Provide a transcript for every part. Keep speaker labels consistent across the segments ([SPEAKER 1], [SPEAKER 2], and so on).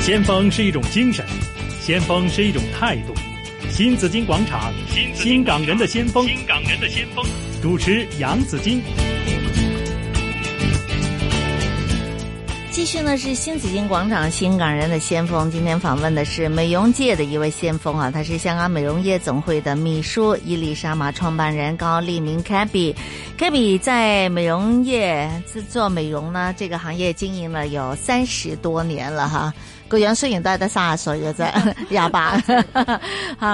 [SPEAKER 1] 先锋是一种精神，先锋是一种态度。新紫金广场，新港人的先锋，
[SPEAKER 2] 新港人的先锋。
[SPEAKER 1] 主持杨紫金。
[SPEAKER 3] 继续呢是新紫金广场新港人的先锋，今天访问的是美容界的一位先锋啊，他是香港美容业总会的秘书伊丽莎玛创办人高丽明 Kaby。Kaby 在美容业自做美容呢这个行业经营了有三十多年了哈。個樣雖然都係得三十歲嘅啫，廿八嚇，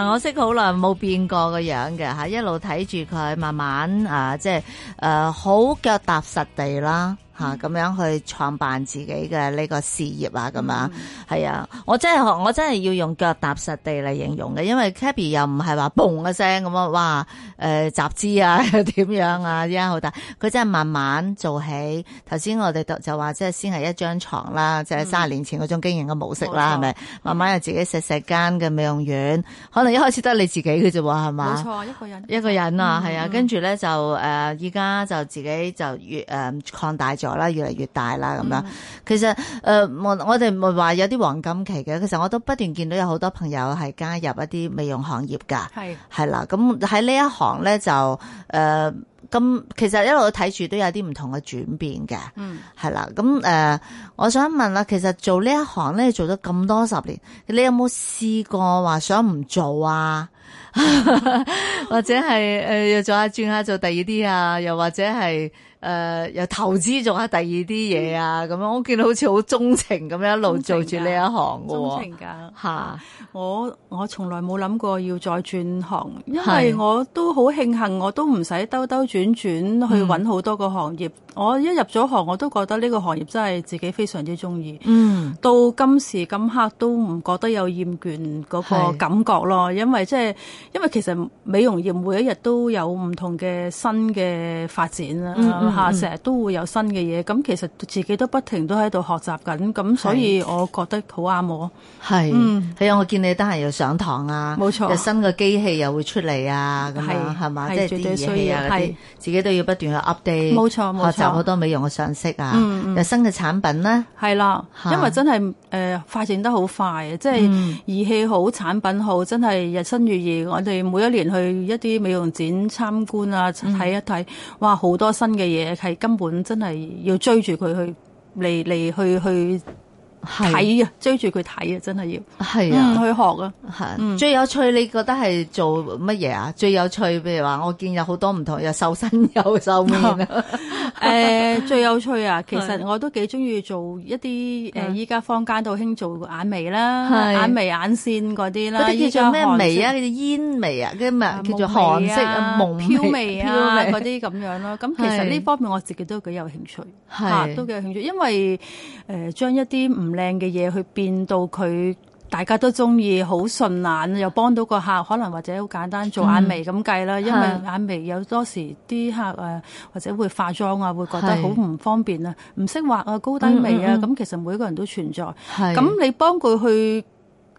[SPEAKER 3] 我識佢好耐冇變過個樣嘅嚇，一路睇住佢慢慢啊，即係誒好腳踏實地啦嚇，咁樣去創辦自己嘅呢個事業啊，咁樣係啊，我真係學我真係要用腳踏實地嚟形容嘅，因為 Kaby 又唔係話嘣一聲咁啊，哇誒集資啊 點樣啊，依家好大，佢真係慢慢做起。頭先我哋就就話即係先係一張床啦，就係三十年前嗰種經營嘅模式。模式啦，係咪？慢慢有自己細細間嘅美容院，可能一開始得你自己嘅啫喎，係嘛？
[SPEAKER 4] 冇錯，一個人嗯
[SPEAKER 3] 一個人啊，係啊，跟住咧就誒，依家就自己就越誒擴大咗啦，越嚟越大啦
[SPEAKER 4] 嗯
[SPEAKER 3] 咁樣。其實誒，呃我我哋唔係話有啲黃金期嘅，其實我都不斷見到有好多朋友係加入一啲美容行業㗎，
[SPEAKER 4] 係
[SPEAKER 3] 係啦。咁喺呢一行咧就誒。咁其實一路睇住都有啲唔同嘅轉變嘅，
[SPEAKER 4] 嗯
[SPEAKER 3] 係啦。咁誒、呃我想問啦，其實做呢一行咧，做咗咁多十年，你有冇試過話想唔做啊？ 或者係誒又做下轉下做第二啲啊？又或者係誒、呃又投資做下第二啲嘢啊？咁樣我見到好似好鍾情咁啊樣一路做住呢一行嘅
[SPEAKER 4] 鍾
[SPEAKER 3] 喎，
[SPEAKER 4] 情㗎。
[SPEAKER 3] 嚇
[SPEAKER 4] 我我從來冇諗過要再轉行，因為
[SPEAKER 3] 係
[SPEAKER 4] 我都好慶幸，我都唔使兜兜轉轉
[SPEAKER 3] 嗯
[SPEAKER 4] 去揾好多個行業。我一入咗行，我都覺得呢個行業真係自己非常之中意。
[SPEAKER 3] 嗯
[SPEAKER 4] 到今時今刻都唔覺得有厭倦嗰個
[SPEAKER 3] 係
[SPEAKER 4] 感覺咯，因為即係因為其實美容業每一日都有唔同嘅新嘅發展啦
[SPEAKER 3] 嗯嗯
[SPEAKER 4] 嚇，
[SPEAKER 3] 嗯
[SPEAKER 4] 成日、都會有新嘅嘢，咁其實自己都不停都喺度學習緊，咁所以我覺得好啱我。
[SPEAKER 3] 係
[SPEAKER 4] 嗯
[SPEAKER 3] 係啊！我見你得閒又上堂啊，
[SPEAKER 4] 冇錯
[SPEAKER 3] 有新嘅機器又會出嚟啊，咁樣
[SPEAKER 4] 係
[SPEAKER 3] 係嘛？
[SPEAKER 4] 係
[SPEAKER 3] 即係
[SPEAKER 4] 絕
[SPEAKER 3] 啲儀
[SPEAKER 4] 對需
[SPEAKER 3] 器
[SPEAKER 4] 要
[SPEAKER 3] 啊嗰啲
[SPEAKER 4] 係，
[SPEAKER 3] 自己都要不斷去 update，
[SPEAKER 4] 冇錯冇錯
[SPEAKER 3] 學習好多美容嘅常識啊
[SPEAKER 4] 嗯，嗯
[SPEAKER 3] 有新嘅產品咧，
[SPEAKER 4] 係啦，
[SPEAKER 3] 嚇
[SPEAKER 4] 因為真係誒、呃、發展得好快，啊即係
[SPEAKER 3] 嗯
[SPEAKER 4] 儀器好、產品好，真係日新月異。我哋每一年去一啲美容展參觀啊，
[SPEAKER 3] 嗯
[SPEAKER 4] 睇一睇，哇，好多新嘅嘢，係根本真係要追住佢去嚟嚟去去
[SPEAKER 3] 係
[SPEAKER 4] 睇啊，追住佢睇啊，真係要，
[SPEAKER 3] 係
[SPEAKER 4] 嗯，
[SPEAKER 3] 啊。
[SPEAKER 4] 去學 啊。
[SPEAKER 3] 係最有趣，你覺得係做乜嘢啊？最有趣，譬如話，我見有好多唔同，有瘦身，有瘦面 啊，
[SPEAKER 4] 誒、最有趣啊！其實我都幾中意做一啲誒，依家坊間都興做眼眉啦、
[SPEAKER 3] 係
[SPEAKER 4] 眼眉眼線嗰啲啦，
[SPEAKER 3] 嗰啲叫做咩眉啊？
[SPEAKER 4] 依家
[SPEAKER 3] 叫
[SPEAKER 4] 韓式
[SPEAKER 3] 做煙眉啊，跟住
[SPEAKER 4] 啊
[SPEAKER 3] 咪叫做韓式啊，
[SPEAKER 4] 夢
[SPEAKER 3] 夢
[SPEAKER 4] 飄味啊
[SPEAKER 3] 飄
[SPEAKER 4] 嗰
[SPEAKER 3] 眉
[SPEAKER 4] 啲咁樣咯。咁其實
[SPEAKER 3] 係
[SPEAKER 4] 呢方面我自己都幾有興趣，
[SPEAKER 3] 係
[SPEAKER 4] 啊都幾有興趣，因為誒、呃、將一啲唔靚嘅嘢去變到佢。大家都中意，好順眼，又幫到個客，可能或者好簡單做眼眉咁計啦，因為
[SPEAKER 3] 嗯係
[SPEAKER 4] 眼眉有多時啲客誒、呃或者會化妝啊，會覺得
[SPEAKER 3] 係
[SPEAKER 4] 好唔方便啊，唔識畫啊高低眉
[SPEAKER 3] 嗯
[SPEAKER 4] 啊，咁、其實每個人都存在。
[SPEAKER 3] 係
[SPEAKER 4] 咁你幫佢去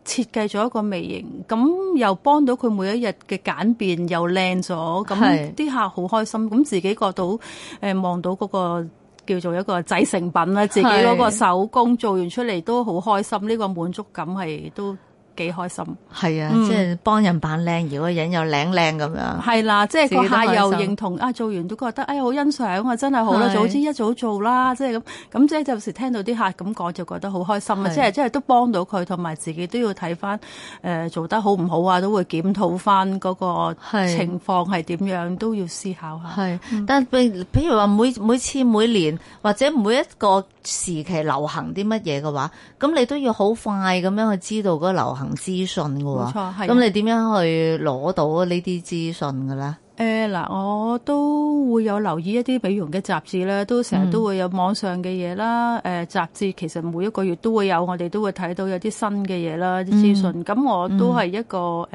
[SPEAKER 4] 設計咗一個微型，咁又幫到佢每一日嘅簡便，又靚咗，
[SPEAKER 3] 係
[SPEAKER 4] 咁啲客好開心，咁自己覺到誒望、到嗰、個。叫做一個製成品啦，自己嗰個手工做完出嚟都好開心，呢、個滿足感係都幾開心。
[SPEAKER 3] 係啊，
[SPEAKER 4] 嗯
[SPEAKER 3] 即係幫人扮靚，如果人又靚靚咁樣，
[SPEAKER 4] 係啦，即係
[SPEAKER 3] 自己
[SPEAKER 4] 個
[SPEAKER 3] 都
[SPEAKER 4] 客
[SPEAKER 3] 開
[SPEAKER 4] 又
[SPEAKER 3] 心
[SPEAKER 4] 認同啊，做完都覺得哎呀好欣賞啊，真係好啦，
[SPEAKER 3] 係
[SPEAKER 4] 早知一早做啦，即係咁咁即係有時聽到啲客咁講就覺得好開心啊，
[SPEAKER 3] 係
[SPEAKER 4] 即係即係都幫到佢，同埋自己都要睇翻誒做得好唔好啊，都會檢討翻嗰個
[SPEAKER 3] 係
[SPEAKER 4] 情況係點樣，都要思考下。
[SPEAKER 3] 係，但譬譬如話每每次每年或者每一個時期流行啲乜嘢嘅話，咁你都要好快咁樣去知道嗰個流行資訊嘅喎。
[SPEAKER 4] 冇錯係啊
[SPEAKER 3] 咁你點樣去攞到呢啲資訊嘅咧？
[SPEAKER 4] 誒呃嗱、我都會有留意一啲美容嘅雜誌咧，都成
[SPEAKER 3] 嗯
[SPEAKER 4] 日都會有網上嘅嘢啦。誒、雜誌其實每一個月都會有，我哋都會睇到有啲新嘅嘢啦，啲資
[SPEAKER 3] 嗯
[SPEAKER 4] 訊。咁、我都係一個誒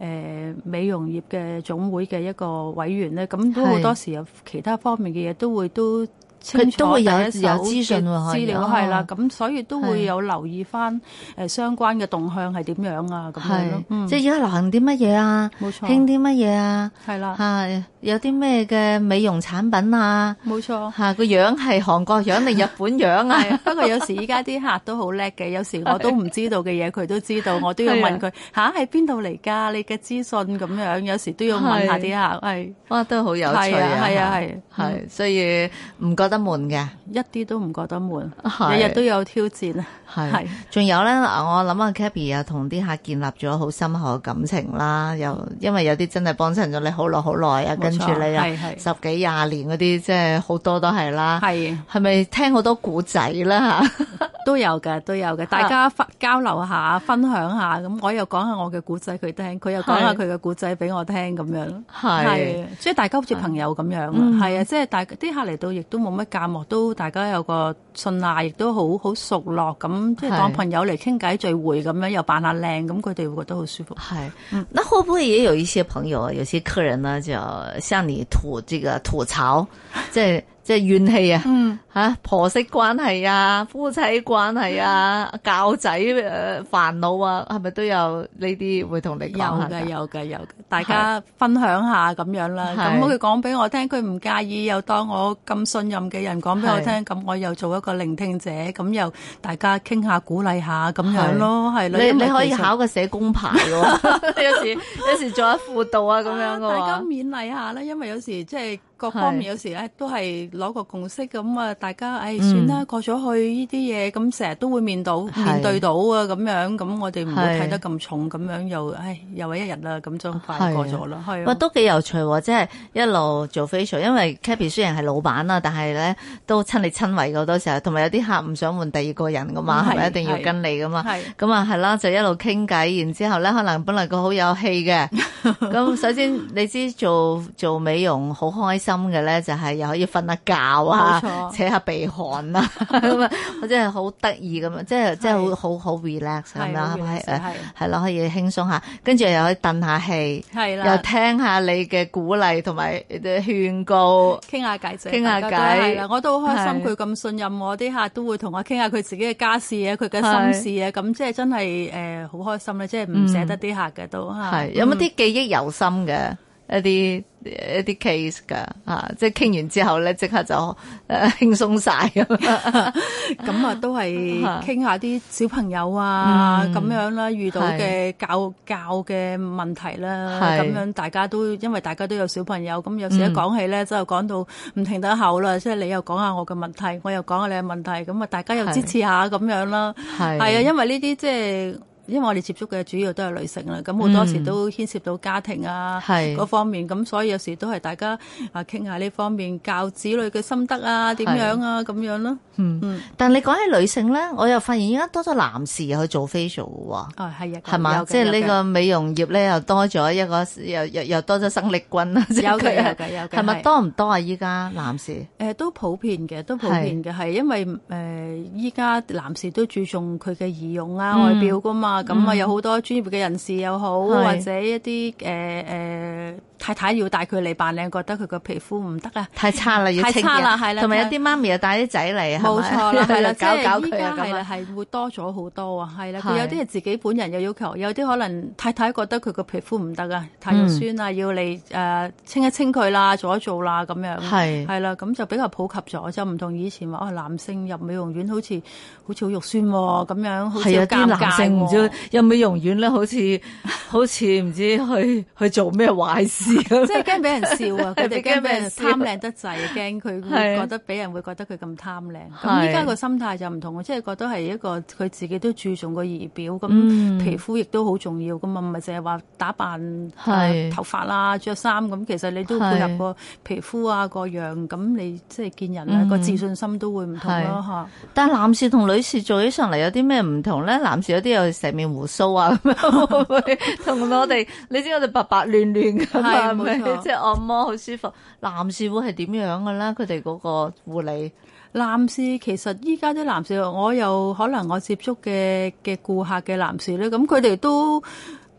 [SPEAKER 4] 誒、美容業嘅總會嘅一個委員咧，咁都好
[SPEAKER 3] 係
[SPEAKER 4] 多時有其他方面嘅嘢都會都。清楚
[SPEAKER 3] 佢都會有
[SPEAKER 4] 第一手
[SPEAKER 3] 有資訊喎
[SPEAKER 4] 嘅
[SPEAKER 3] 可以
[SPEAKER 4] 資料
[SPEAKER 3] 哦
[SPEAKER 4] 係啦，咁所以都
[SPEAKER 3] 係
[SPEAKER 4] 會有留意翻誒相關嘅動向係點樣啊咁樣咯，
[SPEAKER 3] 係，
[SPEAKER 4] 嗯，
[SPEAKER 3] 即係而家流行啲乜嘢啊，
[SPEAKER 4] 冇錯，
[SPEAKER 3] 興啲乜嘢啊，
[SPEAKER 4] 係啦，
[SPEAKER 3] 吓有啲咩嘅美容產品啊，
[SPEAKER 4] 冇錯。
[SPEAKER 3] 吓個樣係韓國樣定日本樣啊？
[SPEAKER 4] 係，不過有時依家啲客都好叻嘅，有時我都唔知道嘅嘢佢都知道，我都要
[SPEAKER 3] 啊
[SPEAKER 4] 問佢吓喺邊度嚟㗎？你嘅資訊咁樣，有時都要問下啲客，係
[SPEAKER 3] 哇，都好有趣
[SPEAKER 4] 係啊係啊
[SPEAKER 3] 係
[SPEAKER 4] 係
[SPEAKER 3] 係，所以唔覺得悶嘅，
[SPEAKER 4] 一啲都唔覺得悶，
[SPEAKER 3] 係
[SPEAKER 4] 日日都有挑戰啊，
[SPEAKER 3] 係
[SPEAKER 4] 係。
[SPEAKER 3] 仲有咧，我諗啊 Kaby 又同啲客建立咗好深厚嘅感情啦，又因為有啲真係幫襯咗你好耐好耐啊，
[SPEAKER 4] 冇錯
[SPEAKER 3] 跟住你又
[SPEAKER 4] 係係
[SPEAKER 3] 十幾廿年嗰啲，即係好多都係啦。
[SPEAKER 4] 係
[SPEAKER 3] 係咪聽好多古仔啦吓？
[SPEAKER 4] 都有嘅，都有嘅，大家分交流下，分享下，咁我又講下我嘅古仔佢聽，佢又講下
[SPEAKER 3] 係
[SPEAKER 4] 佢嘅古仔俾我聽咁樣。
[SPEAKER 3] 係
[SPEAKER 4] 係，即係大家好似朋友咁樣
[SPEAKER 3] 嗯
[SPEAKER 4] 啊，係啊，即係大啲客嚟到，亦都冇乜隔膜，都大家有個信賴，亦都好好熟絡咁，即係
[SPEAKER 3] 係
[SPEAKER 4] 當朋友嚟傾偈聚會咁樣，又扮下靚，咁佢哋會覺得好舒服。
[SPEAKER 3] 係
[SPEAKER 4] 嗯，
[SPEAKER 3] 那會不會也有一些朋友啊，有些客人呢，就向你吐這個吐 槽，即係即係怨氣啊？
[SPEAKER 4] 嗯，
[SPEAKER 3] 吓、婆媳關係啊，夫妻關係啊，教仔诶烦恼啊，係咪都有呢啲會同你講
[SPEAKER 4] 有
[SPEAKER 3] 下
[SPEAKER 4] 嘅有嘅有嘅，大家分享下咁樣啦。
[SPEAKER 3] 係
[SPEAKER 4] 咁佢講俾我聽，佢唔介意，又當我咁信任嘅人講俾我聽，咁我又做一個聆聽者，咁又大家傾下鼓勵下咁樣咯，係啦。
[SPEAKER 3] 你
[SPEAKER 4] 因為
[SPEAKER 3] 你可以
[SPEAKER 4] 其實
[SPEAKER 3] 考個社工牌 喎，有時有時做下輔導
[SPEAKER 4] À,
[SPEAKER 3] 啊咁樣嘅
[SPEAKER 4] 大家
[SPEAKER 3] 喎。
[SPEAKER 4] 勉勵下啦，因為有時即係各方面有時咧都係攞個共識咁啊，大家唉算啦，過咗去呢啲嘢，咁成日都會面到
[SPEAKER 3] 係
[SPEAKER 4] 面對到啊咁樣，咁我哋唔好
[SPEAKER 3] 係
[SPEAKER 4] 睇得咁重，咁樣又唉又係一日啦，咁就
[SPEAKER 3] 係啊
[SPEAKER 4] 快過咗啦，係
[SPEAKER 3] 哇，
[SPEAKER 4] 啊，
[SPEAKER 3] 都幾有趣喎！即係一路做 facial，因為 Cappy 雖然係老闆啦，但係咧都親力親為嘅好多時候，同埋有啲客唔想換第二個人噶嘛，係咪
[SPEAKER 4] 嗯係
[SPEAKER 3] 一定要跟你噶嘛？
[SPEAKER 4] 係
[SPEAKER 3] 咁啊，係啦，就一路傾偈，然之後咧，可能本來佢好有氣 嘅。咁首先，你知做做美容好開心嘅咧，就係、又可以瞓得覺啊
[SPEAKER 4] 冇，錯
[SPEAKER 3] 扯下鼻鼾啦，咁啊，或者係好得意咁樣，即係即係
[SPEAKER 4] 係
[SPEAKER 3] 好好好 relax 咁
[SPEAKER 4] 係
[SPEAKER 3] 樣，
[SPEAKER 4] 好
[SPEAKER 3] 係咪？
[SPEAKER 4] relax，
[SPEAKER 3] 誒
[SPEAKER 4] 係
[SPEAKER 3] 係咯，可以輕鬆下，跟住又可以頓下氣，
[SPEAKER 4] 係
[SPEAKER 3] 又
[SPEAKER 4] 啦。
[SPEAKER 3] 聽下你嘅鼓勵同埋你嘅勸告，
[SPEAKER 4] 傾下偈啫，
[SPEAKER 3] 傾下偈
[SPEAKER 4] 大家都係啦，我都好開
[SPEAKER 3] 係
[SPEAKER 4] 心佢咁信任我，啲客都會同我傾下佢自己嘅家事啊，佢嘅心事啊，咁即係真係誒好開心咧，即係唔捨得啲客嘅都嚇
[SPEAKER 3] 係啊有冇
[SPEAKER 4] 嗯
[SPEAKER 3] 啲記憶猶深嘅一啲一啲 case 㗎啊？即係傾完之後咧，即刻就誒、呃、 輕鬆晒咁樣。
[SPEAKER 4] 咁啊，都係傾下啲小朋友啊
[SPEAKER 3] 嗯
[SPEAKER 4] 咁樣啦，遇到嘅教教嘅問題啦，
[SPEAKER 3] 係
[SPEAKER 4] 咁樣大家都因為大家都有小朋友，咁有時一
[SPEAKER 3] 嗯
[SPEAKER 4] 講起咧，真係講到唔停得口啦，即係你又講下我嘅問題，我又講下你嘅問題，咁啊大家又
[SPEAKER 3] 係
[SPEAKER 4] 支持下咁樣啦，
[SPEAKER 3] 係
[SPEAKER 4] 係啊，因為呢啲即係。因為我哋接觸嘅主要都係女性啦，咁好多時
[SPEAKER 3] 嗯
[SPEAKER 4] 都牽涉到家庭啊
[SPEAKER 3] 係
[SPEAKER 4] 嗰方面，咁所以有時都係大家啊傾下呢方面教子女嘅心得啊，點樣啊咁樣咯。
[SPEAKER 3] 嗯
[SPEAKER 4] 嗯，
[SPEAKER 3] 但你講起女性咧，我又發現而家多咗男士去做 facial 喎。
[SPEAKER 4] 啊，係啊，
[SPEAKER 3] 係嘛？
[SPEAKER 4] 有嘅
[SPEAKER 3] 即係
[SPEAKER 4] 有
[SPEAKER 3] 呢
[SPEAKER 4] 嘅
[SPEAKER 3] 個美容業咧，又多咗一個，又又又多咗生力軍啦。即係
[SPEAKER 4] 有嘅
[SPEAKER 3] 佢啊
[SPEAKER 4] 有嘅有嘅
[SPEAKER 3] 係咪
[SPEAKER 4] 係
[SPEAKER 3] 多唔多啊？依家男士
[SPEAKER 4] 誒都普遍嘅，都普遍嘅，係因為誒依家男士都注重佢嘅儀容啊、
[SPEAKER 3] 嗯
[SPEAKER 4] 外表噶嘛，咁啊、有好多專業嘅人士又好，
[SPEAKER 3] 係
[SPEAKER 4] 或者一啲誒誒太太要帶佢嚟扮靚，覺得佢個皮膚唔得啊。
[SPEAKER 3] 太差啦，要
[SPEAKER 4] 太
[SPEAKER 3] 清
[SPEAKER 4] 差
[SPEAKER 3] 嘅
[SPEAKER 4] 啦係啦
[SPEAKER 3] 同埋有
[SPEAKER 4] 太
[SPEAKER 3] 啲媽咪又帶啲仔 嚟，係咪
[SPEAKER 4] 冇錯啦，係啦，即
[SPEAKER 3] 搞搞
[SPEAKER 4] 係依
[SPEAKER 3] 佢
[SPEAKER 4] 家
[SPEAKER 3] 啊咁
[SPEAKER 4] 係啦，
[SPEAKER 3] 啊。
[SPEAKER 4] 係會多咗好多啊，係啦，
[SPEAKER 3] 係
[SPEAKER 4] 佢有啲係自己本人有要求，有啲可能太太覺得佢個皮膚唔得啊，太
[SPEAKER 3] 嗯
[SPEAKER 4] 肉酸啊，要嚟誒清一清佢啦，做一做啦咁樣。
[SPEAKER 3] 係
[SPEAKER 4] 係啦，咁就比較普及咗，就唔同以前話啊男性入美容院好似好似好肉酸喎，咁樣好似
[SPEAKER 3] 係
[SPEAKER 4] 好
[SPEAKER 3] 啊，啲
[SPEAKER 4] 尷
[SPEAKER 3] 男
[SPEAKER 4] 尬
[SPEAKER 3] 性唔
[SPEAKER 4] 喎
[SPEAKER 3] 知。入美容院咧，好似好似唔知去 去做咩壞事咁。
[SPEAKER 4] 即係驚俾人 笑啊！
[SPEAKER 3] 驚
[SPEAKER 4] 佢哋驚
[SPEAKER 3] 俾
[SPEAKER 4] 俾
[SPEAKER 3] 人
[SPEAKER 4] 人
[SPEAKER 3] 笑
[SPEAKER 4] 貪靚得滯，啊驚佢會
[SPEAKER 3] 係
[SPEAKER 4] 覺得俾人會覺得佢咁貪靚。
[SPEAKER 3] 係
[SPEAKER 4] 咁依家個心態就唔同，即係覺得係一個佢自己都注重個儀表，咁
[SPEAKER 3] 嗯
[SPEAKER 4] 皮膚亦都好重要噶嘛，唔係淨係話打扮、
[SPEAKER 3] 係
[SPEAKER 4] 呃、頭髮啦、着衫咁，其實你都要配
[SPEAKER 3] 係
[SPEAKER 4] 合個皮膚啊、個樣，咁你即係見人啊
[SPEAKER 3] 嗯
[SPEAKER 4] 個自信心都會唔同
[SPEAKER 3] 係
[SPEAKER 4] 咯嚇。
[SPEAKER 3] 但男士同女士做起上嚟有啲咩唔同咧？男士有啲有成面胡鬚啊，咁 樣會唔會同我哋，你知我哋白白亂亂咁啊，
[SPEAKER 4] 係冇
[SPEAKER 3] 咪
[SPEAKER 4] 錯
[SPEAKER 3] 即係按摩好舒服。男士會係點樣嘅咧？佢哋嗰個護理
[SPEAKER 4] 男士其實依家啲男士，我又可能我接觸嘅嘅顧客嘅男士咧，咁佢哋都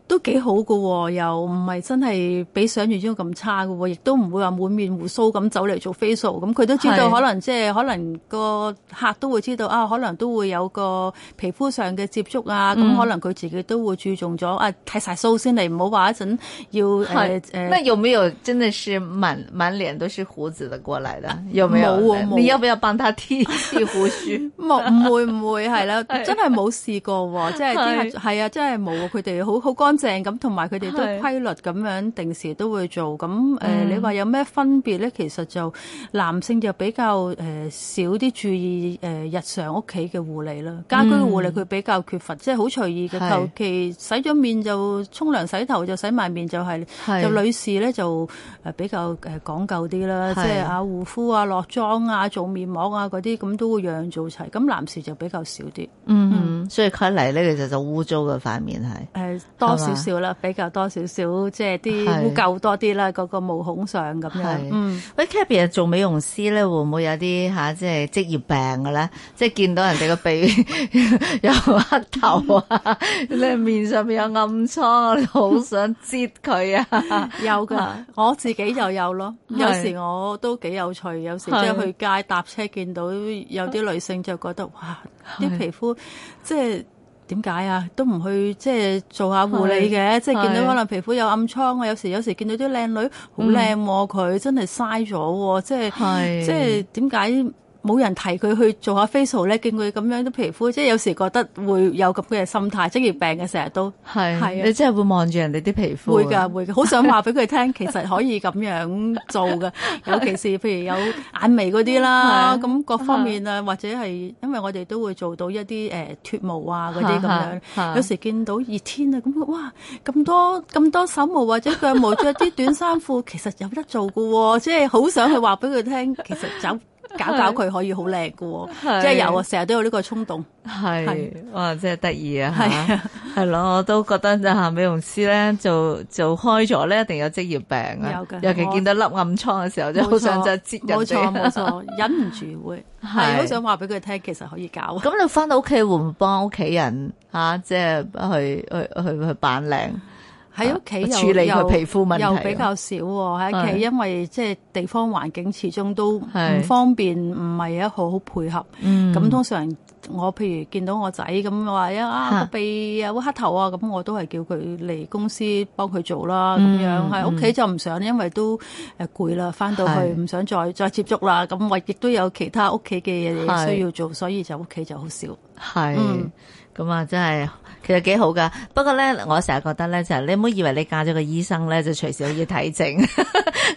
[SPEAKER 4] 都幾好嘅喎，又唔係真係比想像中咁差嘅喎，亦都唔會話滿面胡鬚咁走嚟做 facial，咁佢都知道
[SPEAKER 3] 係
[SPEAKER 4] 可能即係可能個客都會知道啊，可能都會有個皮膚上嘅接觸啊，咁、
[SPEAKER 3] 嗯
[SPEAKER 4] 可能佢自己都會注重咗啊剃晒鬚先嚟，唔好話一陣要誒
[SPEAKER 3] 係哎那
[SPEAKER 4] 誒。
[SPEAKER 3] 有没有真的是满满脸都是胡子的过来 的？有没有？
[SPEAKER 4] 冇啊冇啊
[SPEAKER 3] 你要不要帮他 剃剃胡须？
[SPEAKER 4] 冇唔會唔會係啦，
[SPEAKER 3] 係
[SPEAKER 4] 真係冇試過喎，即係啲
[SPEAKER 3] 係
[SPEAKER 4] 客係啊，真係冇喎，佢哋好好乾淨咁，同埋佢哋都
[SPEAKER 3] 係
[SPEAKER 4] 規律咁樣定時都會做。咁誒、呃
[SPEAKER 3] 嗯
[SPEAKER 4] 你話有咩分別咧？其實就男性就比較誒、呃少啲注意誒、呃日常屋企嘅護理啦，家居嘅護理
[SPEAKER 3] 嗯
[SPEAKER 4] 佢比較缺乏，即係好隨意嘅，
[SPEAKER 3] 係
[SPEAKER 4] 求其洗咗面就沖涼洗頭就洗埋面就係、
[SPEAKER 3] 係
[SPEAKER 4] 就女士咧就誒比較誒講究啲啦，即
[SPEAKER 3] 係
[SPEAKER 4] 係啊護膚啊、落妝啊、做面膜啊嗰啲，咁都會樣樣做齊。咁男士就比較少啲，誒、
[SPEAKER 3] 嗯哼，所以佢嚟咧，其實就污糟嘅塊面係。
[SPEAKER 4] 多
[SPEAKER 3] 係嘛
[SPEAKER 4] 少少啦，比較多少少，即係
[SPEAKER 3] 係
[SPEAKER 4] 啲污垢多啲啦，嗰、個毛孔上咁樣
[SPEAKER 3] 係。
[SPEAKER 4] 嗯，
[SPEAKER 3] 喂 k a b y 做美容師咧，會唔會有啲吓、即係職業病嘅咧？即係見到人哋個鼻 有黑頭啊， 你面上面有暗瘡啊，你 好想擠佢啊！
[SPEAKER 4] 有噶
[SPEAKER 3] 啊，
[SPEAKER 4] 我自己就有咯。
[SPEAKER 3] 係
[SPEAKER 4] 有時我都幾有趣，有時即
[SPEAKER 3] 係
[SPEAKER 4] 係去街搭車見到有啲女性就覺得哇，
[SPEAKER 3] 係
[SPEAKER 4] 啲皮膚即係。點解啊？都唔去即係做下護理嘅，即係見
[SPEAKER 3] 係
[SPEAKER 4] 到可能皮膚有暗瘡啊，有時有時見到啲靚女好靚喎，佢、真係嘥咗喎，即係
[SPEAKER 3] 嗯係
[SPEAKER 4] 即係點解冇人提佢去做下 facial 咧？見佢咁樣啲皮膚，即係有時覺得會有咁嘅心態，職業病嘅成日都。係啊
[SPEAKER 3] 係，你真係會望住人哋啲皮膚。啊
[SPEAKER 4] 會㗎，會㗎，好想話俾佢聽， 其實可以咁樣 做㗎。尤其是譬如有眼眉嗰啲啦，
[SPEAKER 3] 係
[SPEAKER 4] 咁各方面
[SPEAKER 3] 嗯
[SPEAKER 4] 啊，或者係因為我哋都會做到一啲誒脱毛啊嗰啲咁
[SPEAKER 3] 係係
[SPEAKER 4] 樣。有時見到熱天啊，咁哇咁多咁多手毛或者腳毛，着啲短衫褲， 其實有得做㗎喎，即係好想去話俾佢聽，其實 走搞搞佢可以好靚㗎喎，
[SPEAKER 3] 係
[SPEAKER 4] 即係有啊，成日都有呢個衝動。
[SPEAKER 3] 係
[SPEAKER 4] 係
[SPEAKER 3] 哇，真係得意啊！
[SPEAKER 4] 係
[SPEAKER 3] 嚇係咯，我都覺得啊，美容師咧做做開咗咧，一定有職業病啊
[SPEAKER 4] 有！㗎
[SPEAKER 3] 尤其
[SPEAKER 4] 我
[SPEAKER 3] 見到粒暗瘡嘅時候，真係好想就擠人
[SPEAKER 4] 冇錯
[SPEAKER 3] 哋。
[SPEAKER 4] 冇錯，忍唔住會
[SPEAKER 3] 係
[SPEAKER 4] 係好想話俾佢聽，其實可以搞。 啊
[SPEAKER 3] 咁你翻到屋企會唔會幫屋企人嚇，即係去去去去扮靚？
[SPEAKER 4] 喺屋企又
[SPEAKER 3] 啊處理佢皮膚問題啊
[SPEAKER 4] 又又比較少喎，喺
[SPEAKER 3] 係
[SPEAKER 4] 屋企因為即係地方環境始終都
[SPEAKER 3] 係
[SPEAKER 4] 唔方便，唔係一好好配合。
[SPEAKER 3] 嗯
[SPEAKER 4] 咁通常我譬如見到我仔咁話
[SPEAKER 3] 嚇
[SPEAKER 4] 啊個鼻啊黑頭啊，咁我都係叫佢嚟公司幫佢做啦，咁
[SPEAKER 3] 嗯
[SPEAKER 4] 樣喺屋企就唔想，因為都誒攰啦，翻到去
[SPEAKER 3] 係
[SPEAKER 4] 唔想再再接觸啦。咁我亦都有其他屋企嘅
[SPEAKER 3] 係
[SPEAKER 4] 嘢需要做，所以就屋企就好少。
[SPEAKER 3] 係
[SPEAKER 4] 嗯，
[SPEAKER 3] 咁啊、真係其實幾好噶。不過咧，我成日覺得咧，就係、你唔好以為你嫁咗個醫生咧，就隨時可以睇 症；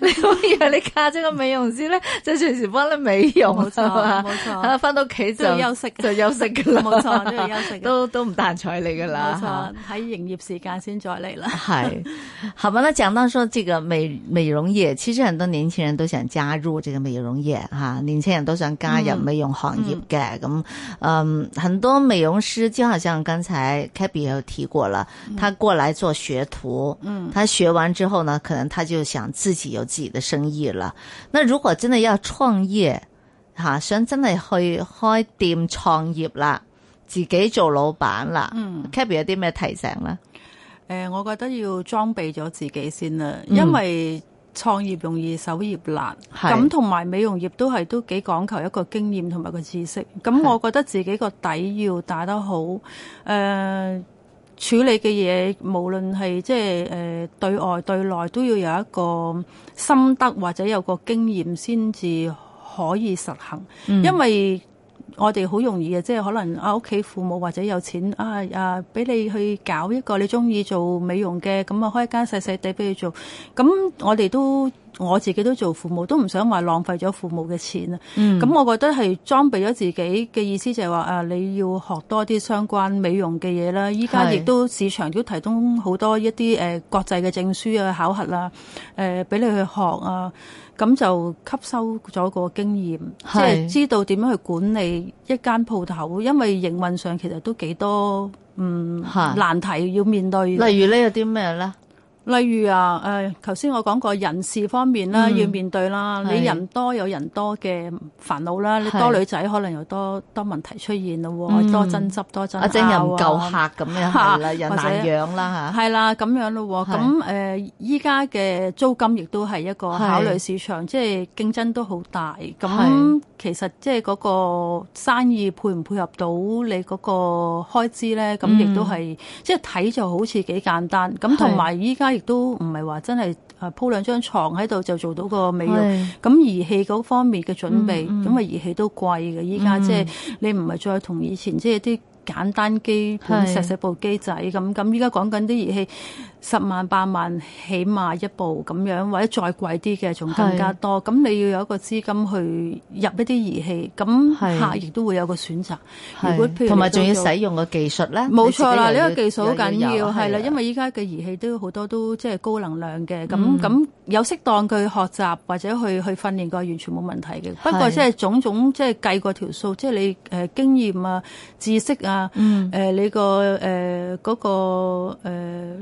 [SPEAKER 3] 你唔好以為你嫁咗個美容師咧，就隨時幫你美容。
[SPEAKER 4] 冇錯
[SPEAKER 3] 係嘛
[SPEAKER 4] 冇錯
[SPEAKER 3] 啊翻到屋企就
[SPEAKER 4] 都要休息
[SPEAKER 3] 就休息噶啦。
[SPEAKER 4] 冇錯都要休息嘅
[SPEAKER 3] 都都唔彈睬你噶
[SPEAKER 4] 冇
[SPEAKER 3] 啦。嚇
[SPEAKER 4] 錯，喺營業時間先再嚟啦。
[SPEAKER 3] 嗨， 好吧，那讲到说这个美美容业，其实很多年轻人都想加入这个美容业哈，年轻人都想加入美容行业嘅咁，嗯很多美容师就好像刚才 k a b y 也有提过了，他过来做学徒，嗯，他学完之后呢，可能他就想自己有自己的生意了。那如果真的要创业，吓想真係去开店创业啦，自己做老板啦，嗯 k a b y 有啲咩提醒咧？
[SPEAKER 4] 誒、呃我覺得要裝備咗自己先啦，因為創業容易，守業難。
[SPEAKER 3] 係
[SPEAKER 4] 咁同埋美容業都係都幾講求一個經驗同埋個知識。咁我覺得自己個底要打得好，誒、處理嘅嘢，無論係即係誒對外對內，都要有一個心得或者有個經驗先至可以實行，因為。我哋好容易嘅，即係可能啊屋企父母或者有錢啊啊，俾你去搞一個你中意做美容嘅，咁啊開一間細細地俾你做。咁我哋都我自己都做父母，都唔想話浪費咗父母嘅錢啊。咁、我覺得係裝備咗自己嘅意思就係話啊，你要學多啲相關美容嘅嘢啦。依家
[SPEAKER 3] 係
[SPEAKER 4] 亦都市場都提供好多一啲誒、呃、國際嘅證書啊、考核啦、誒俾你去學啊。咁就吸收咗個經驗，即
[SPEAKER 3] 係
[SPEAKER 4] 係知道點樣去管理一間鋪頭，因為營運上其實都幾多嗯
[SPEAKER 3] 嚇
[SPEAKER 4] 難題要面對。
[SPEAKER 3] 例如咧有啲咩咧？
[SPEAKER 4] 例如啊，誒頭先我講過人事方面啦，
[SPEAKER 3] 嗯
[SPEAKER 4] 要面對啦，
[SPEAKER 3] 係
[SPEAKER 4] 你人多有人多嘅煩惱啦，你
[SPEAKER 3] 係
[SPEAKER 4] 多女仔可能又多多問題出現咯喎，
[SPEAKER 3] 嗯
[SPEAKER 4] 多爭執多爭拗
[SPEAKER 3] 阿
[SPEAKER 4] 啊
[SPEAKER 3] 晶又唔夠客咁樣係啦，又
[SPEAKER 4] 或者
[SPEAKER 3] 難養啦
[SPEAKER 4] 係啦，咁樣咯喎，
[SPEAKER 3] 係
[SPEAKER 4] 咁誒依家嘅租金亦都係一個
[SPEAKER 3] 係
[SPEAKER 4] 考慮市場，即係競爭都好大。咁
[SPEAKER 3] 係
[SPEAKER 4] 其實即係嗰個生意配唔配合到你嗰個開支咧，
[SPEAKER 3] 嗯
[SPEAKER 4] 咁亦都係即係睇就好似幾簡單。咁同埋依家亦都唔係話真係誒鋪兩張床喺度就做到個美
[SPEAKER 3] 嚇，
[SPEAKER 4] 容。
[SPEAKER 3] 係
[SPEAKER 4] 咁儀器嗰方面嘅準備，
[SPEAKER 3] 嗯嗯嗯
[SPEAKER 4] 咁啊儀器都貴嘅，依家
[SPEAKER 3] 嗯
[SPEAKER 4] 即係你唔係再同以前即係啲簡單基本
[SPEAKER 3] 係
[SPEAKER 4] 石石部機仔咁，咁依家講緊啲儀器十萬八萬起碼一部咁樣，或者再貴啲嘅仲更加多，咁你要有一個資金去入一啲儀器，咁
[SPEAKER 3] 係
[SPEAKER 4] 客亦都會有個選擇。如果
[SPEAKER 3] 係
[SPEAKER 4] 譬如你
[SPEAKER 3] 同埋仲要
[SPEAKER 4] 做到
[SPEAKER 3] 使用個技術咧，
[SPEAKER 4] 冇錯啦，
[SPEAKER 3] 你
[SPEAKER 4] 呢個
[SPEAKER 3] 自己
[SPEAKER 4] 技術好
[SPEAKER 3] 又要
[SPEAKER 4] 緊
[SPEAKER 3] 又
[SPEAKER 4] 要，
[SPEAKER 3] 有
[SPEAKER 4] 係啦，
[SPEAKER 3] 係啊
[SPEAKER 4] 因為依家嘅儀器都好多都即係高能量嘅，咁
[SPEAKER 3] 嗯
[SPEAKER 4] 咁、有適當佢學習或者去去訓練過，完全冇問題嘅。不過
[SPEAKER 3] 係
[SPEAKER 4] 即係種種即係計過條數，即係你誒、呃、經驗啊、知識啊、誒、
[SPEAKER 3] 嗯
[SPEAKER 4] 你個誒嗰個呃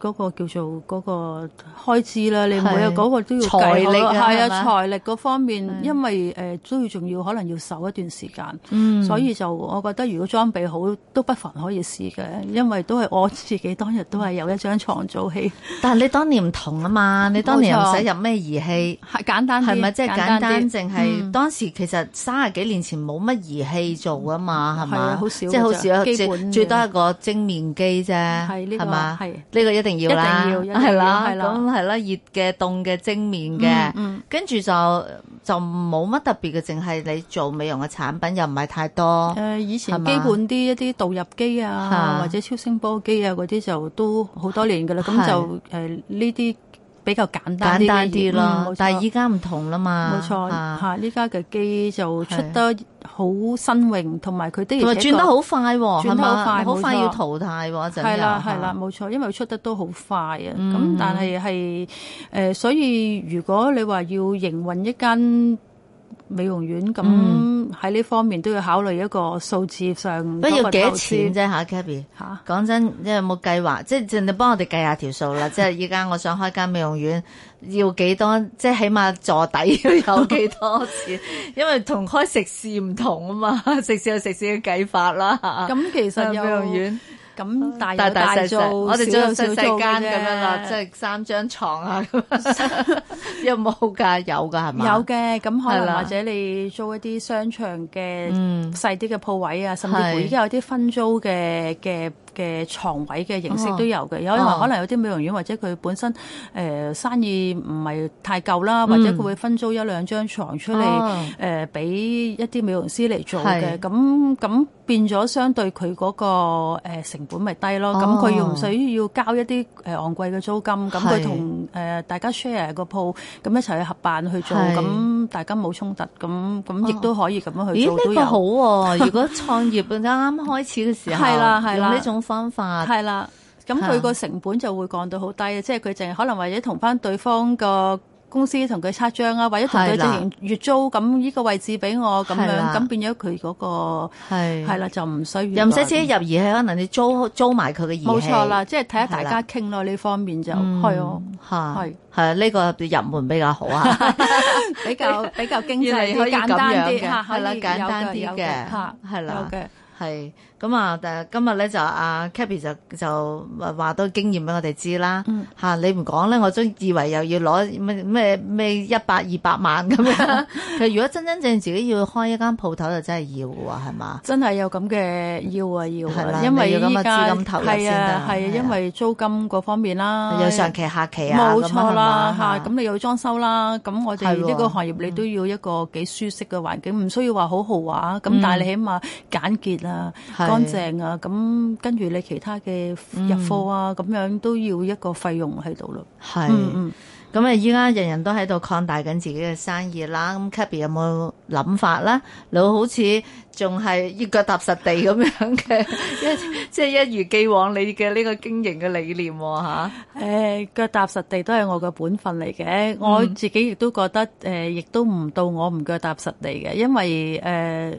[SPEAKER 4] 嗰個叫做嗰個開支啦，你每
[SPEAKER 3] 係
[SPEAKER 4] 日嗰個都要計
[SPEAKER 3] 財力啊
[SPEAKER 4] 好係
[SPEAKER 3] 係嘛
[SPEAKER 4] 啊財力嗰方面
[SPEAKER 3] 係，
[SPEAKER 4] 因為誒、呃都要仲要可能要守一段時間。
[SPEAKER 3] 嗯
[SPEAKER 4] 所以就我覺得如果裝備好都不妨可以試嘅，因為都係我自己當日都係有一張床做戲，
[SPEAKER 3] 但係你當年唔同啊嘛，你當年又唔使入咩儀器，
[SPEAKER 4] 係簡單啲，
[SPEAKER 3] 係咪即係簡
[SPEAKER 4] 簡單
[SPEAKER 3] 單？
[SPEAKER 4] 啲？
[SPEAKER 3] 淨係
[SPEAKER 4] 嗯
[SPEAKER 3] 當時其實三十幾年前冇乜儀器做啊嘛，係
[SPEAKER 4] 係啊
[SPEAKER 3] 嘛？
[SPEAKER 4] 好少
[SPEAKER 3] 即係好
[SPEAKER 4] 嘅啫
[SPEAKER 3] 少，
[SPEAKER 4] 基
[SPEAKER 3] 最
[SPEAKER 4] 本嘅
[SPEAKER 3] 最多一個蒸面機啫，
[SPEAKER 4] 係呢
[SPEAKER 3] 係
[SPEAKER 4] 個
[SPEAKER 3] 嘛？
[SPEAKER 4] 係
[SPEAKER 3] 呢個一定要啦，
[SPEAKER 4] 一定要一定要
[SPEAKER 3] 係啦，
[SPEAKER 4] 係啦
[SPEAKER 3] 咁係啦，熱嘅、凍嘅、蒸面
[SPEAKER 4] 嗯
[SPEAKER 3] 嘅，
[SPEAKER 4] 嗯
[SPEAKER 3] 跟住就就冇乜特別嘅，淨係你做美容嘅產品又唔係太多，
[SPEAKER 4] 誒以前
[SPEAKER 3] 哦係嘛
[SPEAKER 4] 基本啲一啲導入機啊，
[SPEAKER 3] 嚇
[SPEAKER 4] 或者超聲波機啊嗰啲就都好多年㗎啦，咁
[SPEAKER 3] 係
[SPEAKER 4] 就誒呢啲比較簡
[SPEAKER 3] 簡
[SPEAKER 4] 單啲嘅
[SPEAKER 3] 單啲
[SPEAKER 4] 嗯
[SPEAKER 3] 咯
[SPEAKER 4] 冇錯。
[SPEAKER 3] 但係依家唔同啦嘛，
[SPEAKER 4] 冇錯
[SPEAKER 3] 嚇
[SPEAKER 4] 嚇，呢家嘅機就出
[SPEAKER 3] 係
[SPEAKER 4] 得好新穎，同埋佢的
[SPEAKER 3] 同
[SPEAKER 4] 而
[SPEAKER 3] 埋
[SPEAKER 4] 且
[SPEAKER 3] 轉
[SPEAKER 4] 確
[SPEAKER 3] 得好快喎，
[SPEAKER 4] 轉得好快
[SPEAKER 3] 係嘛好
[SPEAKER 4] 冇
[SPEAKER 3] 快
[SPEAKER 4] 錯
[SPEAKER 3] 要淘汰喎，一陣
[SPEAKER 4] 係啦，
[SPEAKER 3] 又
[SPEAKER 4] 係啦，，冇錯，因為佢出得都好快啊。咁、
[SPEAKER 3] 嗯
[SPEAKER 4] 但係係誒，所以如果你話要營運一間美容院，咁
[SPEAKER 3] 嗯
[SPEAKER 4] 喺呢方面都要考慮一個數字上
[SPEAKER 3] 不過
[SPEAKER 4] 嗰個
[SPEAKER 3] 要幾多
[SPEAKER 4] 投資
[SPEAKER 3] 錢啫嚇，Kaby？
[SPEAKER 4] 嚇？
[SPEAKER 3] 講真，即係有冇計劃？即係淨係幫我哋計下條數啦。 即係依家我想開間美容院，要幾多？即係起碼坐底 要有幾多 錢？因為同開食肆唔同啊嘛， 食肆有食肆嘅計法啦。咁
[SPEAKER 4] 咁其實
[SPEAKER 3] 啊美容
[SPEAKER 4] 有
[SPEAKER 3] 院
[SPEAKER 4] 咁大有
[SPEAKER 3] 大大細
[SPEAKER 4] 做
[SPEAKER 3] 細，，我哋
[SPEAKER 4] 小
[SPEAKER 3] 做
[SPEAKER 4] 有小
[SPEAKER 3] 細細
[SPEAKER 4] 做嘅
[SPEAKER 3] 間
[SPEAKER 4] 啫
[SPEAKER 3] 咁樣啦，即係三張床 啊咁樣。 有冇㗎？有㗎係嘛？
[SPEAKER 4] 有嘅，咁可
[SPEAKER 3] 係
[SPEAKER 4] 能
[SPEAKER 3] 啦
[SPEAKER 4] 或者你租一啲商場嘅
[SPEAKER 3] 嗯
[SPEAKER 4] 細啲嘅鋪位啊，甚至乎
[SPEAKER 3] 係
[SPEAKER 4] 依家有啲分租嘅嘅嘅床位嘅形式
[SPEAKER 3] 哦
[SPEAKER 4] 都有嘅。有人
[SPEAKER 3] 哦
[SPEAKER 4] 話可能有啲美容院或者佢本身誒、呃生意唔係太夠啦，或者
[SPEAKER 3] 嗯
[SPEAKER 4] 佢會分租一兩張床出嚟
[SPEAKER 3] 哦
[SPEAKER 4] 誒俾一啲美容師嚟做嘅。
[SPEAKER 3] 係
[SPEAKER 4] 咁咁變咗相對佢嗰個呃成本咪低咯。咁
[SPEAKER 3] 哦
[SPEAKER 4] 佢又唔需要交一啲誒昂貴嘅租金，咁
[SPEAKER 3] 係
[SPEAKER 4] 佢同誒大家 share 個鋪，咁一齊去合辦去做，
[SPEAKER 3] 係哦
[SPEAKER 4] 咁大家冇衝突，咁咁亦都可以咁樣去
[SPEAKER 3] 咦？
[SPEAKER 4] 做都
[SPEAKER 3] 呢個好
[SPEAKER 4] 有。
[SPEAKER 3] 喎！如果創業啱啱開始嘅時候，
[SPEAKER 4] 係啦係啦
[SPEAKER 3] 用呢種方法，
[SPEAKER 4] 係啦，咁
[SPEAKER 3] 嚇
[SPEAKER 4] 佢個成本就會降到好低，即係佢淨係可能或者同翻對方個。公司同佢拆帳啊，或者同
[SPEAKER 3] 係
[SPEAKER 4] 佢
[SPEAKER 3] 啦
[SPEAKER 4] 直情月租咁呢個位置俾我咁
[SPEAKER 3] 係
[SPEAKER 4] 樣，
[SPEAKER 3] 啦
[SPEAKER 4] 咁變咗佢嗰個
[SPEAKER 3] 係
[SPEAKER 4] 係啦就唔需要
[SPEAKER 3] 又唔使
[SPEAKER 4] 啦
[SPEAKER 3] 自己入儀器，可能你租租埋佢嘅儀器。
[SPEAKER 4] 冇錯啦，即係睇下
[SPEAKER 3] 係
[SPEAKER 4] 大
[SPEAKER 3] 啦
[SPEAKER 4] 家傾咯呢方面就
[SPEAKER 3] 嗯，
[SPEAKER 4] 係 哦，
[SPEAKER 3] 嚇
[SPEAKER 4] 係
[SPEAKER 3] 係啊呢個入門比較好 啊，
[SPEAKER 4] 比 較比較經
[SPEAKER 3] 原來
[SPEAKER 4] 濟
[SPEAKER 3] 可
[SPEAKER 4] 啲、
[SPEAKER 3] 以
[SPEAKER 4] 簡
[SPEAKER 3] 咁
[SPEAKER 4] 單
[SPEAKER 3] 樣嘅
[SPEAKER 4] 啲嚇，
[SPEAKER 3] 係啦
[SPEAKER 4] 可以
[SPEAKER 3] 簡
[SPEAKER 4] 有
[SPEAKER 3] 單
[SPEAKER 4] 嘅
[SPEAKER 3] 啲
[SPEAKER 4] 有
[SPEAKER 3] 嘅
[SPEAKER 4] 嚇
[SPEAKER 3] 係啦
[SPEAKER 4] 有嘅。
[SPEAKER 3] 係咁啊！但係今日咧就阿 Kaby 就就話到經驗俾我哋知啦
[SPEAKER 4] 嗯
[SPEAKER 3] 嚇，你唔講咧，我都以為又要攞咩咩咩一百二百萬咁 樣。其實如果真真正正自己要開一間鋪頭，就真係要喎，係嘛？
[SPEAKER 4] 真係有咁嘅要啊要
[SPEAKER 3] 係啦
[SPEAKER 4] 啊，因為
[SPEAKER 3] 你要咁嘅
[SPEAKER 4] 依家
[SPEAKER 3] 資金投入先
[SPEAKER 4] 係
[SPEAKER 3] 得
[SPEAKER 4] 啊係啊，
[SPEAKER 3] 係啊
[SPEAKER 4] 因為租金嗰方面啦，
[SPEAKER 3] 有上期下期啊，
[SPEAKER 4] 冇
[SPEAKER 3] 咁樣
[SPEAKER 4] 錯啦
[SPEAKER 3] 係嘛
[SPEAKER 4] 嚇，咁你有裝修啦，咁我哋
[SPEAKER 3] 係喎
[SPEAKER 4] 呢個行業你都要一個幾舒適嘅環境，唔需要話好豪華，啊咁
[SPEAKER 3] 嗯
[SPEAKER 4] 但係你起碼簡潔啊、
[SPEAKER 3] 係
[SPEAKER 4] 乾淨啊，咁跟住你其他嘅入貨啊，咁樣都要一個費用喺度咯。
[SPEAKER 3] 係。
[SPEAKER 4] 嗯嗯。
[SPEAKER 3] 咁啊，依家人人都喺度擴大緊自己嘅生意啦。咁 Kaby 有冇諗法啦？你好似仲係一腳踏實地咁樣嘅， 一即係一如既往你嘅呢個經營嘅理念喎吓
[SPEAKER 4] 誒腳踏實地都係我嘅本分嚟嘅，我自己亦都覺得誒，亦都唔到我唔腳踏實地嘅，因為誒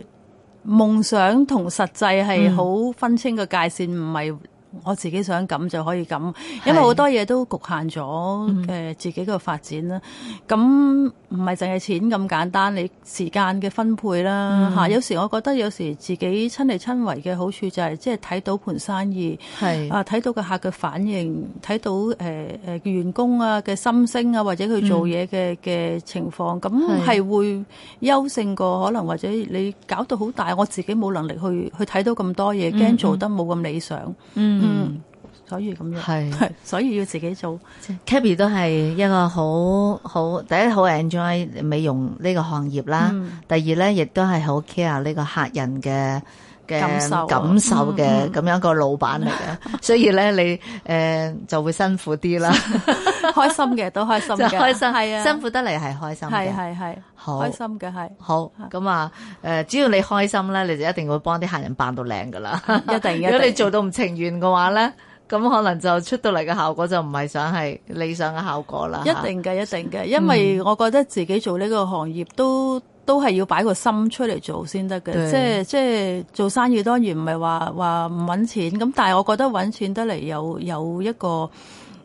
[SPEAKER 4] 夢想同實際係好分清個界線，唔係我自己想咁就可以咁，因為好多嘢都局限咗誒、呃自己嘅發展啦。咁唔係淨係錢咁簡單，你時間嘅分配啦嚇、有時我覺得有時自己親力親為嘅好處就係即係睇到盤生意。
[SPEAKER 3] 係
[SPEAKER 4] 啊！睇到個客嘅反應，睇到誒誒、員工啊嘅心聲啊，或者佢做嘢嘅嘅情況，咁
[SPEAKER 3] 係
[SPEAKER 4] 係會優勝過可能，或者你搞到好大，我自己冇能力去去睇到咁多嘢，驚、做得冇咁理想，
[SPEAKER 3] 嗯。
[SPEAKER 4] 所以咁樣
[SPEAKER 3] 係
[SPEAKER 4] 係所以要自己做，
[SPEAKER 3] Kaby 都係一個好好第一好 enjoy 美容呢個行業啦，
[SPEAKER 4] 嗯
[SPEAKER 3] 第二咧亦都係好 care 呢個客人嘅。嘅
[SPEAKER 4] 感受啊嗯
[SPEAKER 3] 感受嘅咁樣一個老闆嚟嘅，所以咧你誒就會辛苦啲啦，
[SPEAKER 4] 開心嘅都開心
[SPEAKER 3] 就
[SPEAKER 4] 嘅，
[SPEAKER 3] 開心，
[SPEAKER 4] 係啊，
[SPEAKER 3] 辛苦得嚟係開心
[SPEAKER 4] 係
[SPEAKER 3] 嘅。
[SPEAKER 4] 係係
[SPEAKER 3] 好
[SPEAKER 4] 開心嘅係。
[SPEAKER 3] 好咁啊，誒只要你開心咧，你就一定會幫啲客人扮到靚噶啦。
[SPEAKER 4] 嗯一 定一定
[SPEAKER 3] 如果你做到唔情願嘅話咧，咁可能就出到嚟嘅效果就唔係想係理想嘅效果啦。嗯
[SPEAKER 4] 一定嘅，一定嘅，因為我覺得自己做呢個行業都都係要擺個心出嚟做先得嘅，
[SPEAKER 3] 對
[SPEAKER 4] 即係即係做生意當然唔係話話唔揾錢，咁但係我覺得揾錢得嚟有有一個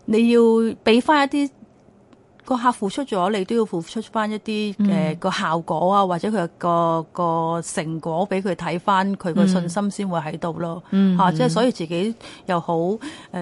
[SPEAKER 4] 你要俾翻一啲。個客付出咗，你都要付出翻一啲
[SPEAKER 3] 嗯
[SPEAKER 4] 誒個效果啊，或者佢個個成果俾佢睇翻，佢個信心先會喺度咯。
[SPEAKER 3] 嗯
[SPEAKER 4] 嚇，即係所以自己又好誒，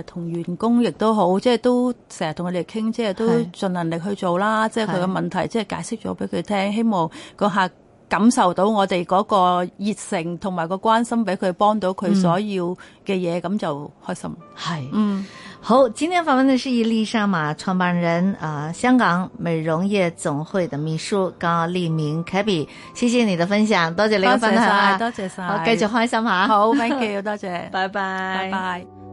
[SPEAKER 4] 同員工亦都好，即係都成日同佢哋傾，即係都
[SPEAKER 3] 係
[SPEAKER 4] 盡能力去做啦。即係佢
[SPEAKER 3] 係
[SPEAKER 4] 嘅問題，即係解釋咗俾佢聽，希望個客。感受到我哋嗰個熱誠同埋個關心，俾佢幫到佢所要嘅嘢，咁、就開心。
[SPEAKER 3] 係。
[SPEAKER 4] 嗯。
[SPEAKER 3] 好，今天访问的是伊丽莎玛创办人啊、呃香港美容业总会的秘书高丽明 Kaby，谢谢你的分享，多谢你嘅
[SPEAKER 4] 多謝
[SPEAKER 3] 分享啊
[SPEAKER 4] 晒，多謝晒
[SPEAKER 3] 好，繼續開心吓，，
[SPEAKER 4] 好，thank you，多謝，
[SPEAKER 3] 拜拜，
[SPEAKER 4] 拜拜。